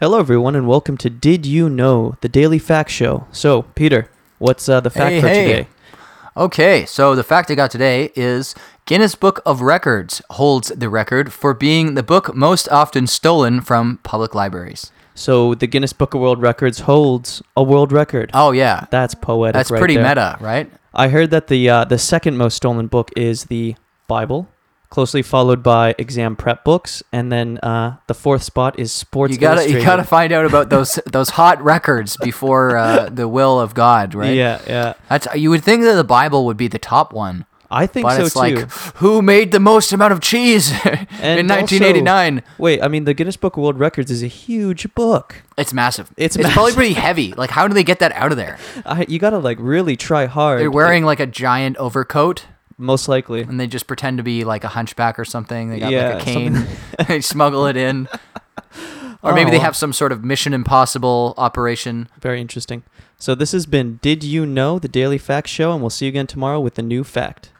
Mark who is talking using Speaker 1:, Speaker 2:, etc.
Speaker 1: Hello, everyone, and welcome to Did You Know, the Daily Fact Show. So, Peter, what's uh, the fact
Speaker 2: Hey,
Speaker 1: for
Speaker 2: hey.
Speaker 1: today?
Speaker 2: Okay, so the fact I got today is Guinness Book of Records holds the record for being the book most often stolen from public libraries.
Speaker 1: So, the Guinness Book of World Records holds a world record.
Speaker 2: Oh yeah,
Speaker 1: That's poetic.
Speaker 2: that's
Speaker 1: right
Speaker 2: pretty
Speaker 1: there.
Speaker 2: meta, right?
Speaker 1: I heard that the uh, the second most stolen book is the Bible, closely followed by exam prep books, and then uh, the fourth spot is Sports
Speaker 2: You gotta you
Speaker 1: Illustrated.
Speaker 2: gotta find out about those those hot records before uh, the will of God, right?
Speaker 1: Yeah, yeah.
Speaker 2: That's you would think that the Bible would be the top one,
Speaker 1: I think
Speaker 2: but
Speaker 1: so
Speaker 2: it's
Speaker 1: too.
Speaker 2: like who made the most amount of cheese in
Speaker 1: And
Speaker 2: 1989?
Speaker 1: also- wait, I mean, the Guinness Book of World Records is a huge book.
Speaker 2: It's massive.
Speaker 1: It's
Speaker 2: probably
Speaker 1: massive.
Speaker 2: pretty heavy. Like how do they get that out of there?
Speaker 1: I, you gotta like really try hard.
Speaker 2: They're wearing like a giant overcoat.
Speaker 1: most likely.
Speaker 2: and they just pretend to be like a hunchback or something. They got
Speaker 1: Yeah,
Speaker 2: like a cane. they smuggle it in. Or maybe they
Speaker 1: Oh.
Speaker 2: have some sort of Mission Impossible operation.
Speaker 1: Very interesting. So this has been Did You Know, the Daily Fact Show, and we'll see you again tomorrow with a new fact.